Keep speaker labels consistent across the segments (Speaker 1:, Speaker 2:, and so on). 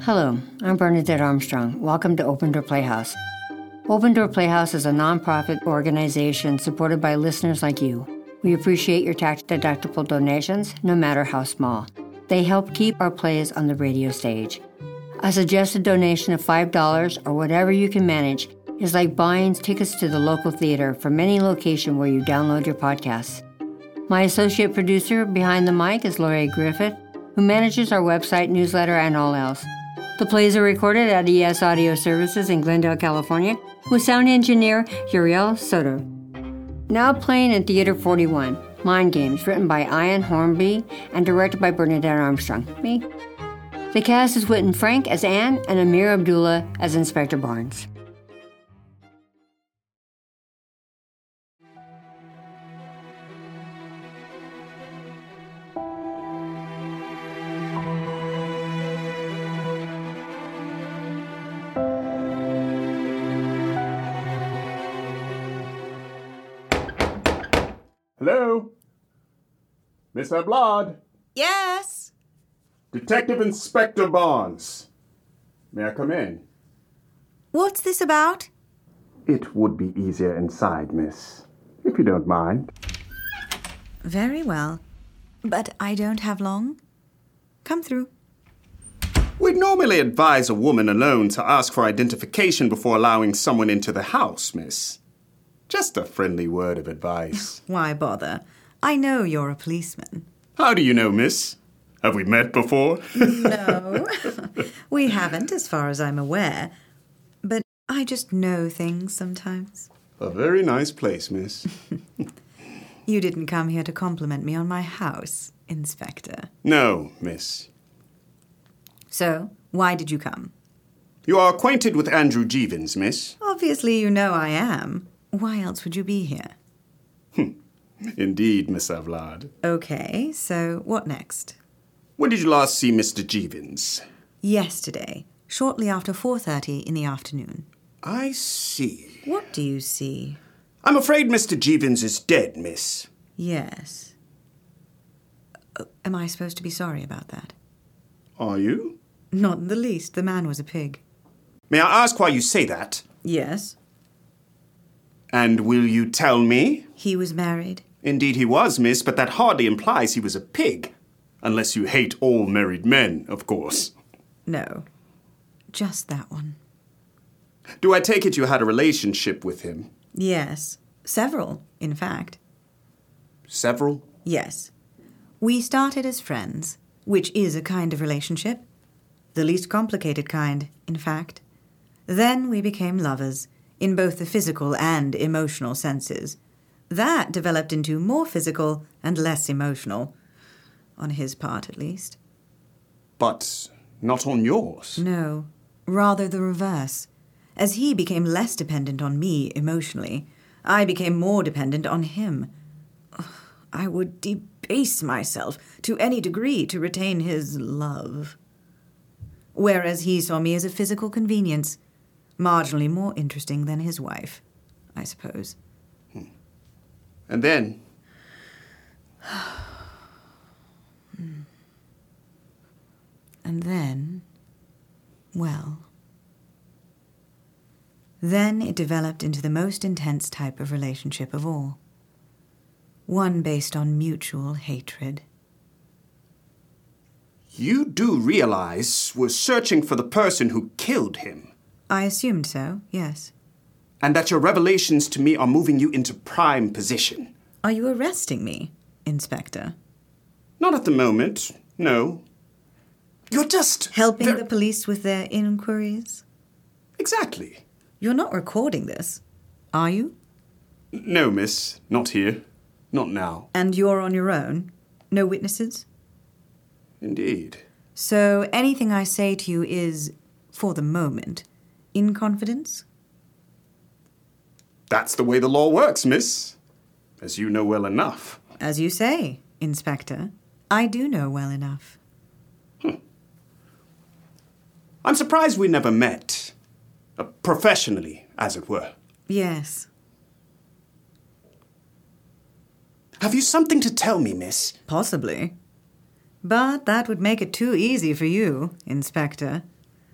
Speaker 1: Hello, I'm Bernadette Armstrong. Welcome to Open Door Playhouse. Open Door Playhouse is a nonprofit organization supported by listeners like you. We appreciate your tax deductible donations, no matter how small. They help keep our plays on the radio stage. I suggest a donation of $5 or whatever you can manage is like buying tickets to the local theater from any location where you download your podcasts. My associate producer behind the mic is Laurie Griffith, who manages our website, newsletter, and all else. The plays are recorded at ES Audio Services in Glendale, California, with sound engineer Uriel Soto. Now playing in Theater 41, Mind Games, written by Ian Hornby and directed by Bernadette Armstrong, me. The cast is Witten Frank as Anne and Amir Abdullah as Inspector Barnes.
Speaker 2: Hello? Miss Ablad,
Speaker 3: Yes.
Speaker 2: Detective Inspector Barnes. May I come in?
Speaker 3: What's this about?
Speaker 2: It would be easier inside, miss. If you don't mind.
Speaker 3: Very well. But I don't have long. Come through.
Speaker 4: We'd normally advise a woman alone to ask for identification before allowing someone into the house, miss. Just a friendly word of advice.
Speaker 3: Why bother? I know you're a policeman.
Speaker 4: How do you know, miss? Have we met before?
Speaker 3: No. we haven't, as far as I'm aware. But I just know things sometimes.
Speaker 4: a very nice place, miss.
Speaker 3: You didn't come here to compliment me on my house, Inspector.
Speaker 4: No, miss.
Speaker 3: So, why did you come?
Speaker 4: You are acquainted with Andrew Jevons, miss.
Speaker 3: Obviously, you know I am. Why else would you be here?
Speaker 4: Indeed, Miss Avlad.
Speaker 3: Okay, so what next?
Speaker 4: When did you last see Mr. Jevons?
Speaker 3: Yesterday, shortly after 4:30 in the afternoon.
Speaker 4: I see.
Speaker 3: What do you see?
Speaker 4: I'm afraid Mr. Jevons is dead, miss.
Speaker 3: Yes. Uh, Am I supposed to be sorry about that?
Speaker 4: Are you?
Speaker 3: Not in the least. The man was a pig.
Speaker 4: May I ask why you say that?
Speaker 3: Yes.
Speaker 4: And will you tell me?
Speaker 3: He was married.
Speaker 4: Indeed, he was, miss, but that hardly implies he was a pig. Unless you hate all married men, of course.
Speaker 3: No. Just that one.
Speaker 4: Do I take it you had a relationship with him?
Speaker 3: Yes. Several, in fact.
Speaker 4: Several?
Speaker 3: Yes. We started as friends, which is a kind of relationship. The least complicated kind, in fact. Then we became lovers, in both the physical and emotional senses. That developed into more physical and less emotional. On his part, at least.
Speaker 4: But not on yours.
Speaker 3: No, rather the reverse. As he became less dependent on me emotionally, I became more dependent on him. Ugh, I would debase myself to any degree to retain his love. Whereas he saw me as a physical convenience, marginally more interesting than his wife, I suppose.
Speaker 4: And then?
Speaker 3: And then, well, then it developed into the most intense type of relationship of all. One based on mutual hatred.
Speaker 4: You do realize we're searching for the person who killed him,
Speaker 3: I assumed so, yes.
Speaker 4: and that your revelations to me are moving you into prime position.
Speaker 3: Are you arresting me, Inspector?
Speaker 4: Not at the moment, no. You're just.
Speaker 3: Helping
Speaker 4: ver-
Speaker 3: the police with their inquiries?
Speaker 4: Exactly.
Speaker 3: You're not recording this, are you?
Speaker 4: No, miss, not here. Not now.
Speaker 3: And you're on your own? No witnesses?
Speaker 4: Indeed.
Speaker 3: So anything I say to you is, for the moment, in confidence?
Speaker 4: That's the way the law works, miss. As you know well enough.
Speaker 3: As you say, Inspector, I do know well enough.
Speaker 4: I'm surprised we never met. Uh, professionally, as it were.
Speaker 3: Yes.
Speaker 4: Have you something to tell me, miss?
Speaker 3: Possibly. But that would make it too easy for you, Inspector.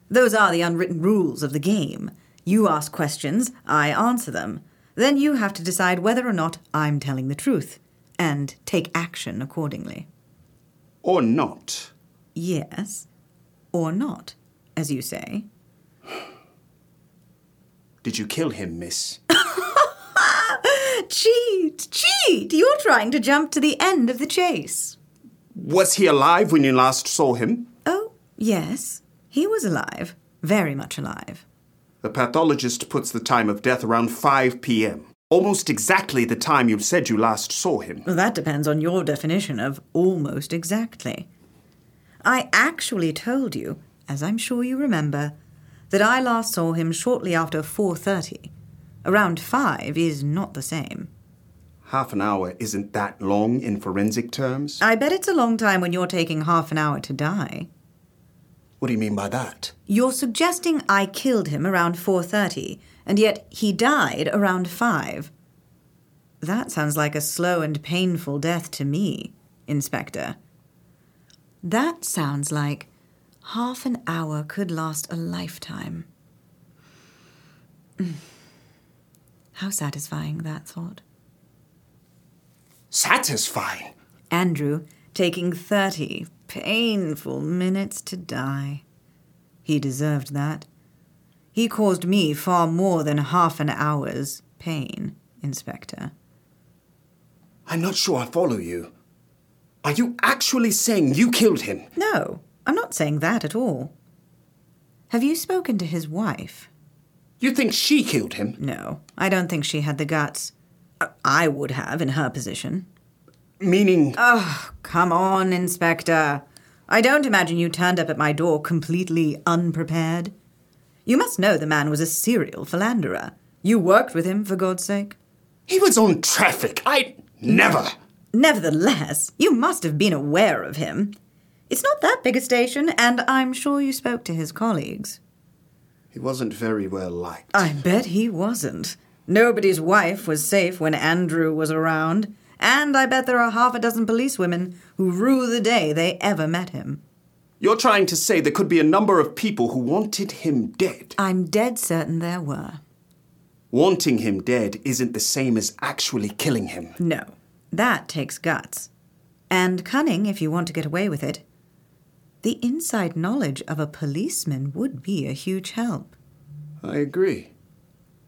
Speaker 3: Those are the unwritten rules of the game. You ask questions, I answer them. Then you have to decide whether or not I'm telling the truth and take action accordingly.
Speaker 4: Or not.
Speaker 3: Yes or not, as you say.
Speaker 4: Did you kill him, miss?
Speaker 3: Cheat! Cheat! You're trying to jump to the end of the chase.
Speaker 4: Was he alive when you last saw him?
Speaker 3: Oh, yes. He was alive. Very much alive.
Speaker 4: The pathologist puts the time of death around 5 p.m., almost exactly the time you said you last saw him.
Speaker 3: Well, that depends on your definition of almost exactly. I actually told you, as I'm sure you remember, that I last saw him shortly after 4:30. Around 5 is not the same.
Speaker 4: Half an hour isn't that long in forensic terms.
Speaker 3: I bet it's a long time when you're taking half an hour to die.
Speaker 4: What do you mean by that?
Speaker 3: You're suggesting I killed him around 4:30 and yet he died around 5. That sounds like a slow and painful death to me, inspector. That sounds like half an hour could last a lifetime. How satisfying that thought.
Speaker 4: Satisfying.
Speaker 3: Andrew taking 30 painful minutes to die. He deserved that. He caused me far more than half an hour's pain, Inspector.
Speaker 4: I'm not sure I follow you. Are you actually saying you killed him?
Speaker 3: No, I'm not saying that at all. Have you spoken to his wife?
Speaker 4: You think she killed him?
Speaker 3: No, I don't think she had the guts. I- I would have in her position.
Speaker 4: Meaning,
Speaker 3: Oh, come on, Inspector. I don't imagine you turned up at my door completely unprepared. You must know the man was a serial philanderer. You worked with him, for God's sake.
Speaker 4: he was on traffic. I never.
Speaker 3: Nevertheless, you must have been aware of him. It's not that big a station, and I'm sure you spoke to his colleagues.
Speaker 4: He wasn't very well liked.
Speaker 3: I bet he wasn't. Nobody's wife was safe when Andrew was around, and I bet there are half a dozen policewomen who rue the day they ever met him.
Speaker 4: You're trying to say there could be a number of people who wanted him dead.
Speaker 3: I'm dead certain there were.
Speaker 4: Wanting him dead isn't the same as actually killing him.
Speaker 3: No, that takes guts. And cunning if you want to get away with it. The inside knowledge of a policeman would be a huge help.
Speaker 4: I agree.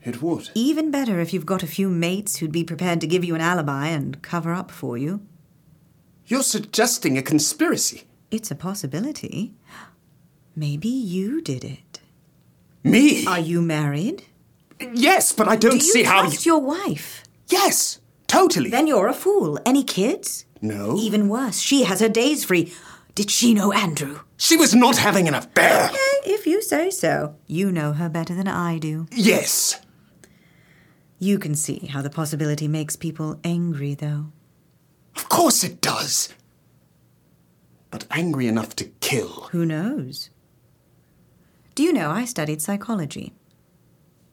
Speaker 4: It would.
Speaker 3: Even better if you've got a few mates who'd be prepared to give you an alibi and cover up for you.
Speaker 4: You're suggesting a conspiracy.
Speaker 3: It's a possibility. Maybe you did it.
Speaker 4: Me?
Speaker 3: Are you married?
Speaker 4: Yes, but I don't
Speaker 3: Do you
Speaker 4: see how.
Speaker 3: trust your wife?
Speaker 4: Yes, totally.
Speaker 3: Then you're a fool. Any kids?
Speaker 4: No.
Speaker 3: Even worse, she has her days free. Did she know Andrew? Eh,
Speaker 4: She was not having an affair.
Speaker 3: If you say so. You know her better than I do.
Speaker 4: Yes.
Speaker 3: You can see how the possibility makes people angry, though.
Speaker 4: Of course it does. But angry enough to kill.
Speaker 3: Who knows? Do you know I studied psychology?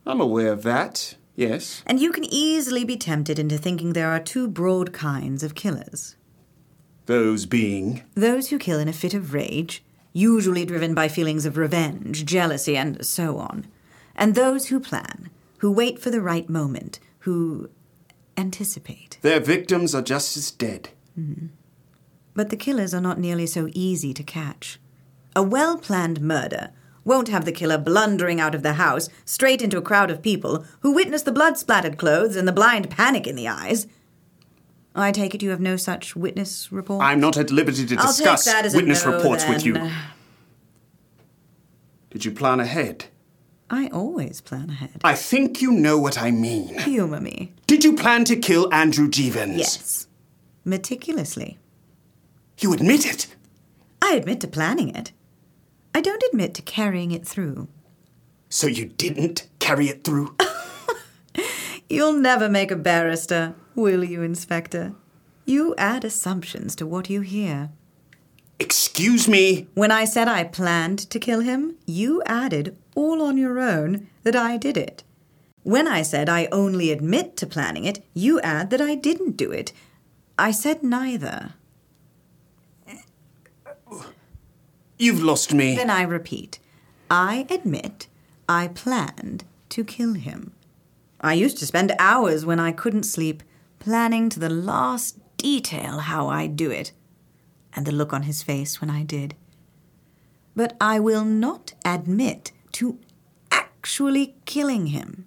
Speaker 4: I'm aware of that, yes.
Speaker 3: And you can easily be tempted into thinking there are two broad kinds of killers
Speaker 4: Those being.
Speaker 3: those who kill in a fit of rage, usually driven by feelings of revenge, jealousy, and so on, and those who plan, who wait for the right moment, who anticipate.
Speaker 4: Their victims are just as dead.
Speaker 3: But the killers are not nearly so easy to catch. A well planned murder won't have the killer blundering out of the house straight into a crowd of people who witness the blood splattered clothes and the blind panic in the eyes. I take it you have no such witness report?
Speaker 4: I'm not at liberty to
Speaker 3: I'll take
Speaker 4: discuss
Speaker 3: that as a
Speaker 4: witness
Speaker 3: no,
Speaker 4: reports with you.
Speaker 3: then.
Speaker 4: Did you plan ahead?
Speaker 3: I always plan ahead.
Speaker 4: I think you know what I mean.
Speaker 3: Humor me.
Speaker 4: Did you plan to kill Andrew Jevons?
Speaker 3: Yes. Meticulously.
Speaker 4: You admit it.
Speaker 3: I admit to planning it. I don't admit to carrying it through.
Speaker 4: So you didn't carry it through?
Speaker 3: You'll never make a barrister, will you, Inspector? You add assumptions to what you hear.
Speaker 4: Excuse me?
Speaker 3: When I said I planned to kill him, you added, all on your own, that I did it. When I said I only admit to planning it, you add that I didn't do it. I said neither.
Speaker 4: You've lost me.
Speaker 3: Then I repeat I admit I planned to kill him. I used to spend hours when I couldn't sleep planning to the last detail how I'd do it, and the look on his face when I did. But I will not admit to actually killing him.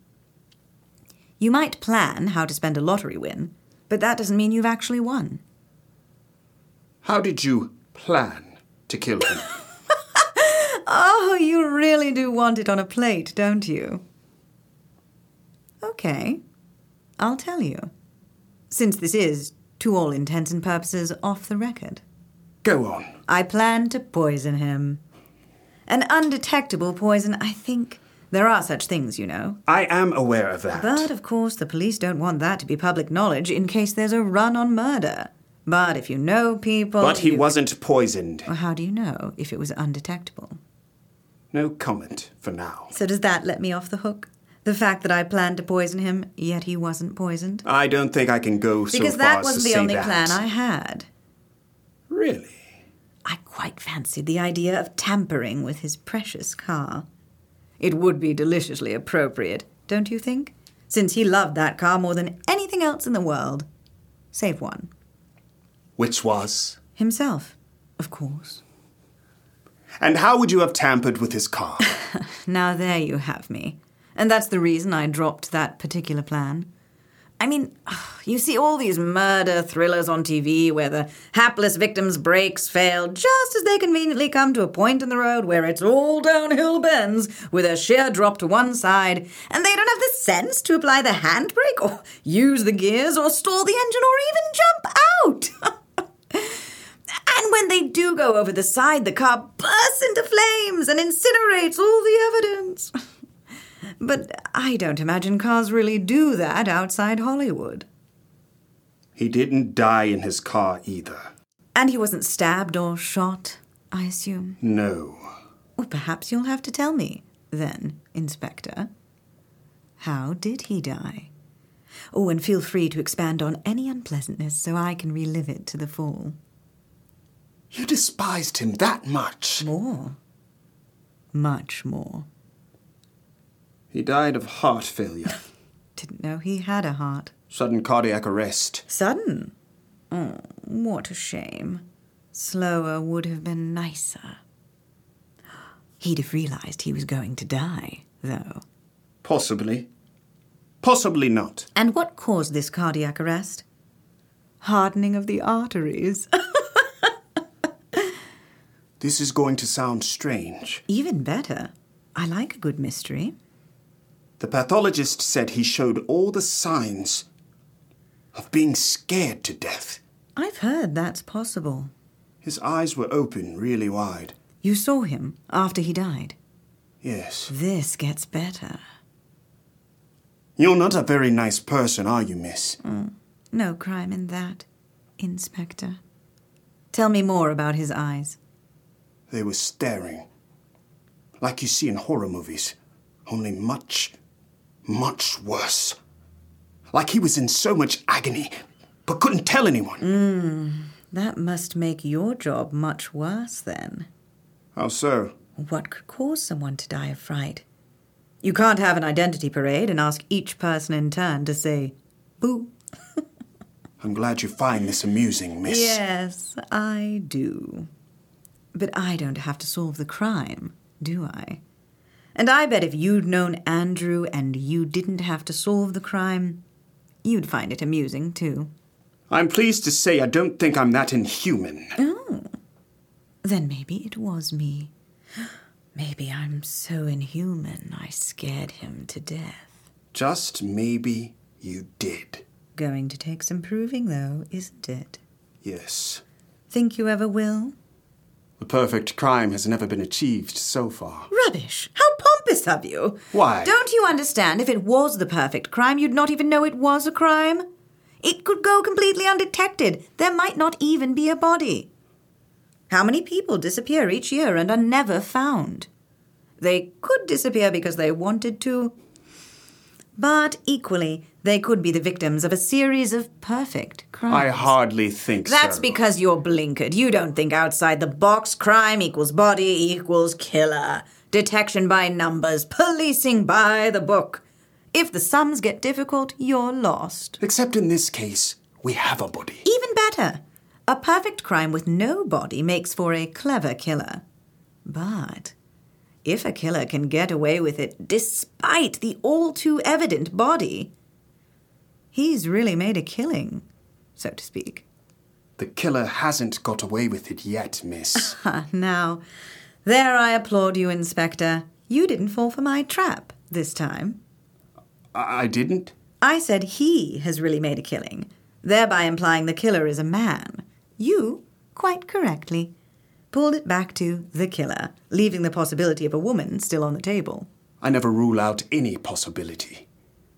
Speaker 3: You might plan how to spend a lottery win, but that doesn't mean you've actually won.
Speaker 4: How did you plan to kill him?
Speaker 3: Oh, you really do want it on a plate, don't you? Okay, I'll tell you. Since this is, to all intents and purposes, off the record,
Speaker 4: Go on.
Speaker 3: I plan to poison him. An undetectable poison, I think. There are such things, you know.
Speaker 4: I am aware of that.
Speaker 3: But of course, the police don't want that to be public knowledge in case there's a run on murder. But if you know people.
Speaker 4: But he
Speaker 3: you-
Speaker 4: wasn't poisoned.
Speaker 3: Well, how do you know if it was undetectable?
Speaker 4: No comment for now.
Speaker 3: So does that let me off the hook? The fact that I planned to poison him, yet he wasn't poisoned?
Speaker 4: I don't think I can go so
Speaker 3: Because
Speaker 4: far
Speaker 3: that
Speaker 4: as
Speaker 3: wasn't
Speaker 4: to
Speaker 3: the
Speaker 4: say
Speaker 3: only
Speaker 4: that.
Speaker 3: plan I had.
Speaker 4: Really?
Speaker 3: I quite fancied the idea of tampering with his precious car. It would be deliciously appropriate, don't you think? Since he loved that car more than anything else in the world. Save one.
Speaker 4: Which was?
Speaker 3: Himself, of course.
Speaker 4: And how would you have tampered with his car?
Speaker 3: Now there you have me. And that's the reason I dropped that particular plan. I mean, you see all these murder thrillers on TV where the hapless victim's brakes fail just as they conveniently come to a point in the road where it's all downhill bends with a sheer drop to one side, and they don't have the sense to apply the handbrake or use the gears or stall the engine or even jump out. And when they do go over the side, the car bursts into flames and incinerates all the evidence. but I don't imagine cars really do that outside Hollywood.
Speaker 4: he didn't die in his car either.
Speaker 3: And he wasn't stabbed or shot, I assume.
Speaker 4: No.
Speaker 3: Well, perhaps you'll have to tell me, then, Inspector. How did he die? Oh, and feel free to expand on any unpleasantness so I can relive it to the full.
Speaker 4: You despised him that much.
Speaker 3: More. Much more.
Speaker 4: He died of heart failure,
Speaker 3: Didn't know he had a heart.
Speaker 4: sudden cardiac arrest.
Speaker 3: Sudden. Oh, what a shame. Slower would have been nicer. He'd have realized he was going to die, though.
Speaker 4: Possibly. Possibly not.
Speaker 3: And what caused this cardiac arrest? Hardening of the arteries.
Speaker 4: This is going to sound strange.
Speaker 3: Even better. I like a good mystery.
Speaker 4: The pathologist said he showed all the signs of being scared to death.
Speaker 3: I've heard that's possible.
Speaker 4: His eyes were open really wide.
Speaker 3: You saw him after he died.
Speaker 4: Yes.
Speaker 3: This gets better.
Speaker 4: You're not a very nice person, are you, miss?
Speaker 3: No crime in that, Inspector. Tell me more about his eyes.
Speaker 4: They were staring. Like you see in horror movies, only much, much worse. Like he was in so much agony, but couldn't tell anyone.
Speaker 3: That must make your job much worse then.
Speaker 4: How so?
Speaker 3: What could cause someone to die of fright? You can't have an identity parade and ask each person in turn to say, boo.
Speaker 4: I'm glad you find this amusing, miss.
Speaker 3: Yes, I do. But I don't have to solve the crime, do I? And I bet if you'd known Andrew and you didn't have to solve the crime, you'd find it amusing too.
Speaker 4: I'm pleased to say I don't think I'm that inhuman.
Speaker 3: Oh. Then maybe it was me. Maybe I'm so inhuman I scared him to death.
Speaker 4: Just maybe you did.
Speaker 3: Going to take some proving, though, isn't it?
Speaker 4: Yes.
Speaker 3: Think you ever will?
Speaker 4: The perfect crime has never been achieved so far.
Speaker 3: Rubbish! How pompous of you!
Speaker 4: Why?
Speaker 3: Don't you understand? If it was the perfect crime, you'd not even know it was a crime. It could go completely undetected. There might not even be a body. How many people disappear each year and are never found? They could disappear because they wanted to. But equally, They could be the victims of a series of perfect
Speaker 4: I
Speaker 3: crimes.
Speaker 4: hardly think
Speaker 3: That's
Speaker 4: so.
Speaker 3: because you're blinkered. You don't think outside the box. Crime equals body equals killer. Detection by numbers. Policing by the book. If the sums get difficult, you're lost.
Speaker 4: Except in this case, we have a body.
Speaker 3: Even better. A perfect crime with no body makes for a clever killer. But if a killer can get away with it despite the all too evident body, he's really made a killing, so to speak.
Speaker 4: The killer hasn't got away with it yet, miss.
Speaker 3: Ah, now, there I applaud you, Inspector. You didn't fall for my trap this time.
Speaker 4: I I didn't.
Speaker 3: I said he has really made a killing, thereby implying the killer is a man. You, quite correctly, pulled it back to the killer, leaving the possibility of a woman still on the table.
Speaker 4: I never rule out any possibility.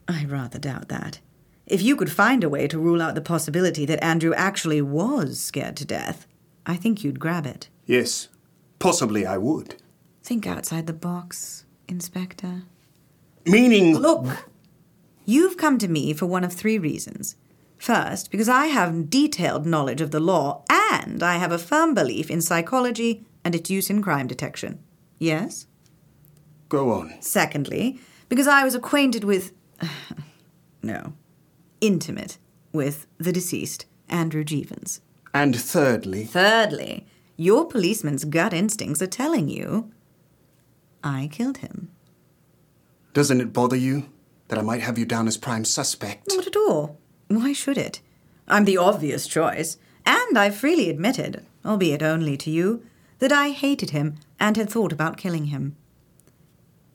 Speaker 3: I rather doubt that. If you could find a way to rule out the possibility that Andrew actually was scared to death, I think you'd grab it.
Speaker 4: Yes, possibly I would.
Speaker 3: Think outside the box, Inspector.
Speaker 4: Meaning,
Speaker 3: Look, you've come to me for one of three reasons. First, because I have detailed knowledge of the law and I have a firm belief in psychology and its use in crime detection. Yes?
Speaker 4: go on.
Speaker 3: Secondly, because I was acquainted with. no. Intimate with the deceased, Andrew Jevons.
Speaker 4: And thirdly,
Speaker 3: Thirdly, your policeman's gut instincts are telling you. I killed him.
Speaker 4: doesn't it bother you that I might have you down as prime suspect?
Speaker 3: Not at all. Why should it? I'm the obvious choice, and I freely admitted, albeit only to you, that I hated him and had thought about killing him.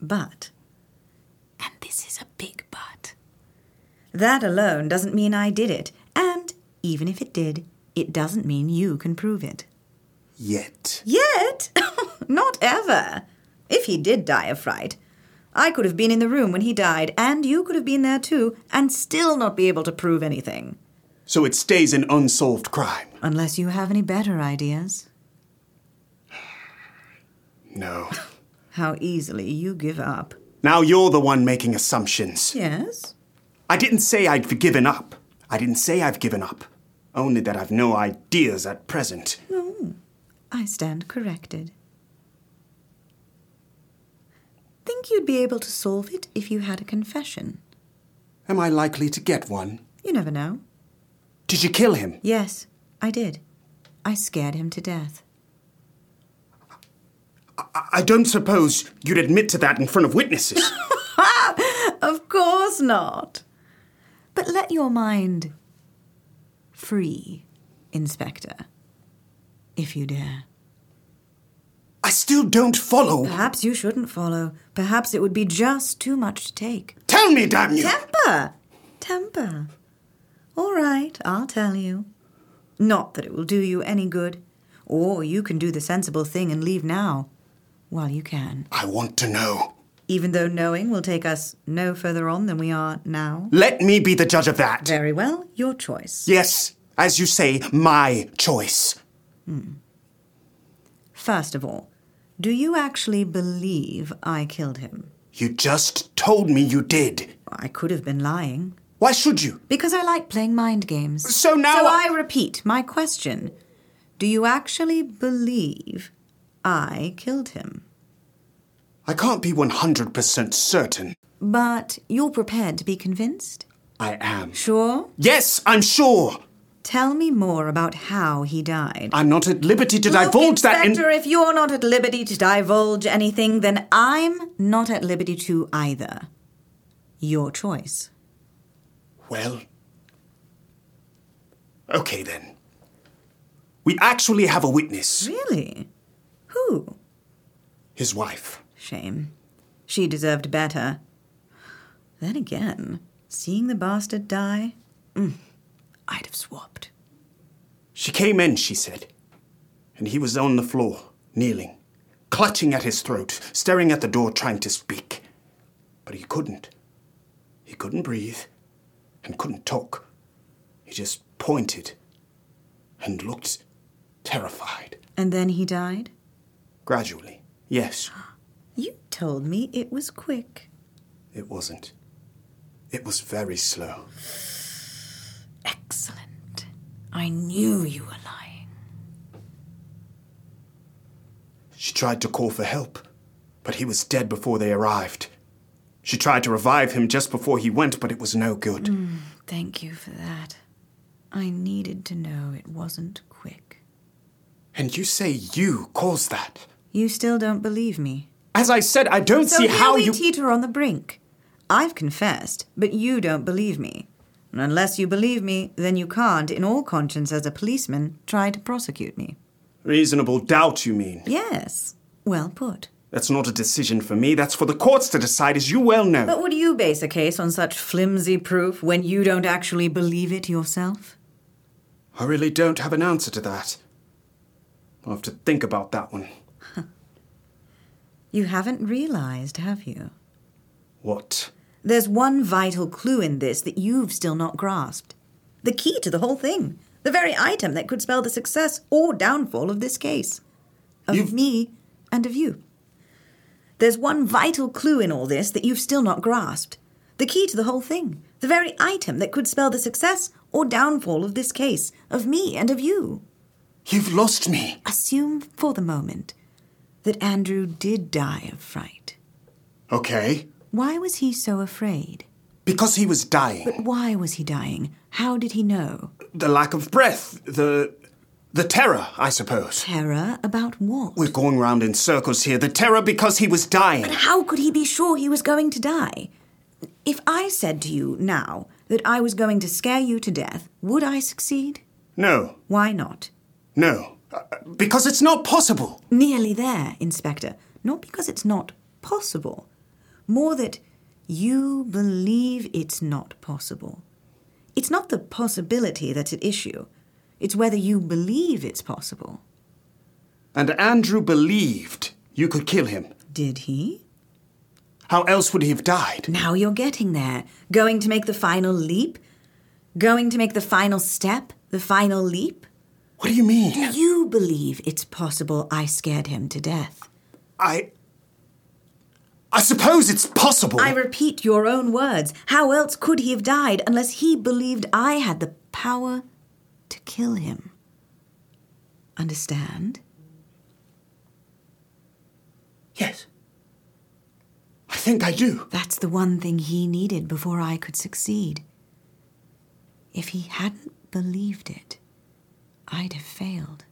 Speaker 3: But, and this is a big but, that alone doesn't mean I did it, and even if it did, it doesn't mean you can prove it.
Speaker 4: Yet.
Speaker 3: Yet? Not ever. If he did die of fright, I could have been in the room when he died, and you could have been there too, and still not be able to prove anything.
Speaker 4: So it stays an unsolved crime.
Speaker 3: Unless you have any better ideas.
Speaker 4: No.
Speaker 3: How easily you give up.
Speaker 4: Now you're the one making assumptions.
Speaker 3: Yes?
Speaker 4: I didn't say I'd given up. I didn't say I've given up. Only that I've no ideas at present.
Speaker 3: I stand corrected. Think you'd be able to solve it if you had a confession.
Speaker 4: Am I likely to get one?
Speaker 3: You never know.
Speaker 4: Did you kill him?
Speaker 3: Yes, I did. I scared him to death.
Speaker 4: I, I don't suppose you'd admit to that in front of witnesses.
Speaker 3: Of course not. But let your mind free, Inspector, if you dare.
Speaker 4: I still don't follow.
Speaker 3: Perhaps you shouldn't follow. Perhaps it would be just too much to take.
Speaker 4: Tell me, damn you!
Speaker 3: Temper! Temper. All right, I'll tell you. Not that it will do you any good. Or you can do the sensible thing and leave now, while you can.
Speaker 4: I want to know.
Speaker 3: Even though knowing will take us no further on than we are now.
Speaker 4: Let me be the judge of that.
Speaker 3: Very well, your choice.
Speaker 4: Yes, as you say, my choice.
Speaker 3: First of all, do you actually believe I killed him?
Speaker 4: You just told me you did.
Speaker 3: I could have been lying.
Speaker 4: Why should you?
Speaker 3: Because I like playing mind games.
Speaker 4: So now
Speaker 3: So
Speaker 4: I-
Speaker 3: I repeat my question Do you actually believe I killed him?
Speaker 4: I can't be 100% certain.
Speaker 3: But you're prepared to be convinced?
Speaker 4: I am.
Speaker 3: Sure?
Speaker 4: Yes, I'm sure.
Speaker 3: Tell me more about how he died.
Speaker 4: I'm not at liberty to
Speaker 3: Look,
Speaker 4: divulge that in.
Speaker 3: Inspector, if you're not at liberty to divulge anything, then I'm not at liberty to either. Your choice.
Speaker 4: Well. Okay then. We actually have a witness
Speaker 3: Really? Who?
Speaker 4: his wife.
Speaker 3: Shame. She deserved better. Then again, seeing the bastard die, mm, I'd have swapped.
Speaker 4: She came in, she said, and he was on the floor, kneeling, clutching at his throat, staring at the door, trying to speak. But he couldn't. He couldn't breathe and couldn't talk. He just pointed and looked terrified.
Speaker 3: And then he died?
Speaker 4: Gradually, yes,
Speaker 3: You told me it was quick.
Speaker 4: it wasn't. It was very slow.
Speaker 3: Excellent. I knew you were lying.
Speaker 4: She tried to call for help, but he was dead before they arrived. She tried to revive him just before he went, but it was no good.
Speaker 3: Thank you for that. I needed to know it wasn't quick.
Speaker 4: And you say you caused that.
Speaker 3: You still don't believe me.
Speaker 4: As I said, I don't
Speaker 3: So
Speaker 4: see
Speaker 3: here
Speaker 4: how
Speaker 3: we
Speaker 4: you.
Speaker 3: teeter on the brink. I've confessed, but you don't believe me. And unless you believe me, then you can't, in all conscience as a policeman, try to prosecute me.
Speaker 4: Reasonable doubt, you mean?
Speaker 3: Yes. Well put.
Speaker 4: That's not a decision for me. That's for the courts to decide, as you well know.
Speaker 3: But would you base a case on such flimsy proof when you don't actually believe it yourself?
Speaker 4: I really don't have an answer to that. I'll have to think about that one.
Speaker 3: You haven't realized, have you?
Speaker 4: What?
Speaker 3: There's one vital clue in this that you've still not grasped. The key to the whole thing. The very item that could spell the success or downfall of this case. Of
Speaker 4: You've-
Speaker 3: me and of you. There's one vital clue in all this that you've still not grasped. The key to the whole thing. The very item that could spell the success or downfall of this case. Of me and of you.
Speaker 4: You've lost me.
Speaker 3: Assume for the moment that Andrew did die of fright.
Speaker 4: Okay.
Speaker 3: Why was he so afraid?
Speaker 4: Because he was dying.
Speaker 3: But why was he dying? How did he know?
Speaker 4: The lack of breath. The. the terror, I suppose.
Speaker 3: Terror about what?
Speaker 4: We're going round in circles here. The terror because he was dying.
Speaker 3: How could he be sure he was going to die? If I said to you now that I was going to scare you to death, would I succeed?
Speaker 4: No,
Speaker 3: Why not?
Speaker 4: no. Uh, Because it's not possible.
Speaker 3: Nearly there, Inspector. Not because it's not possible. More that you believe it's not possible. It's not the possibility that's at issue. It's whether you believe it's possible.
Speaker 4: And Andrew believed you could kill him.
Speaker 3: Did he?
Speaker 4: How else would he have died?
Speaker 3: Now you're getting there. Going to make the final leap? Going to make the final step? The final leap?
Speaker 4: What do you mean?
Speaker 3: You believe it's possible I scared him to death.
Speaker 4: I. I suppose it's possible.
Speaker 3: I repeat your own words. How else could he have died unless he believed I had the power to kill him? Understand?
Speaker 4: Yes. I think I do.
Speaker 3: That's the one thing he needed before I could succeed. If he hadn't believed it, I'd have failed.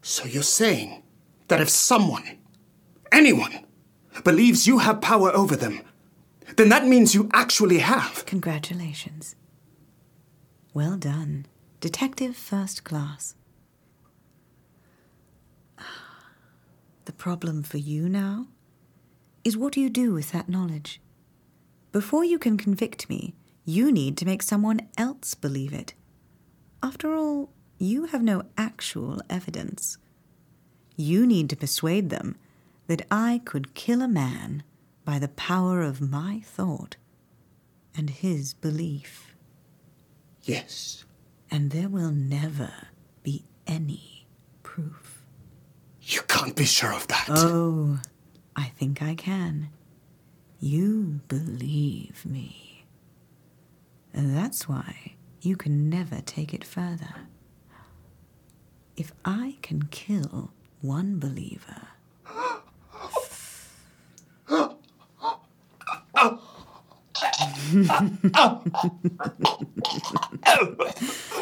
Speaker 4: So you're saying that if someone, anyone, believes you have power over them, then that means you actually have.
Speaker 3: Congratulations. Well done. Detective First Class. The problem for you now is what do you do with that knowledge? Before you can convict me, you need to make someone else believe it. After all, you have no actual evidence. You need to persuade them that I could kill a man by the power of my thought and his belief,
Speaker 4: Yes.
Speaker 3: and there will never be any proof.
Speaker 4: You can't be sure of that.
Speaker 3: Oh, I think I can. You believe me. And that's why you can never take it further. If I can kill one believer,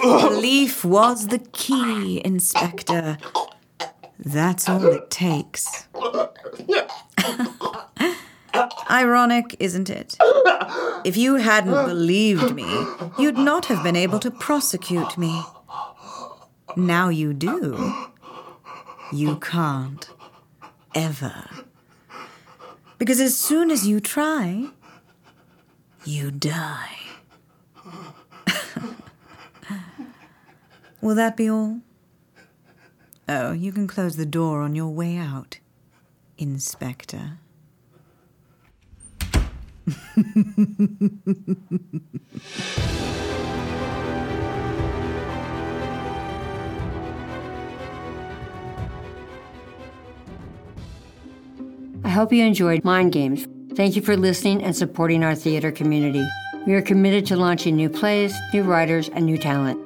Speaker 3: Belief was the key, Inspector. That's all it takes. Ironic, isn't it? If you hadn't believed me, you'd not have been able to prosecute me. Now you do. You can't. Ever. Because as soon as you try, you die. Will that be all? Oh, you can close the door on your way out, Inspector.
Speaker 1: I hope you enjoyed Mind Games Thank you for listening and supporting our theater community. We are committed to launching new plays, new writers, and new talent.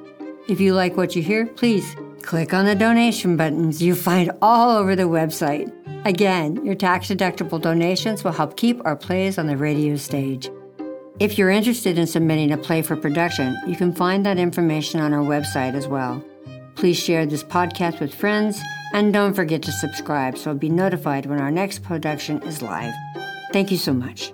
Speaker 1: If you like what you hear, please click on the donation buttons you find all over the website. Again, your tax deductible donations will help keep our plays on the radio stage. If you're interested in submitting a play for production, you can find that information on our website as well. Please share this podcast with friends and don't forget to subscribe so you'll be notified when our next production is live. Thank you so much.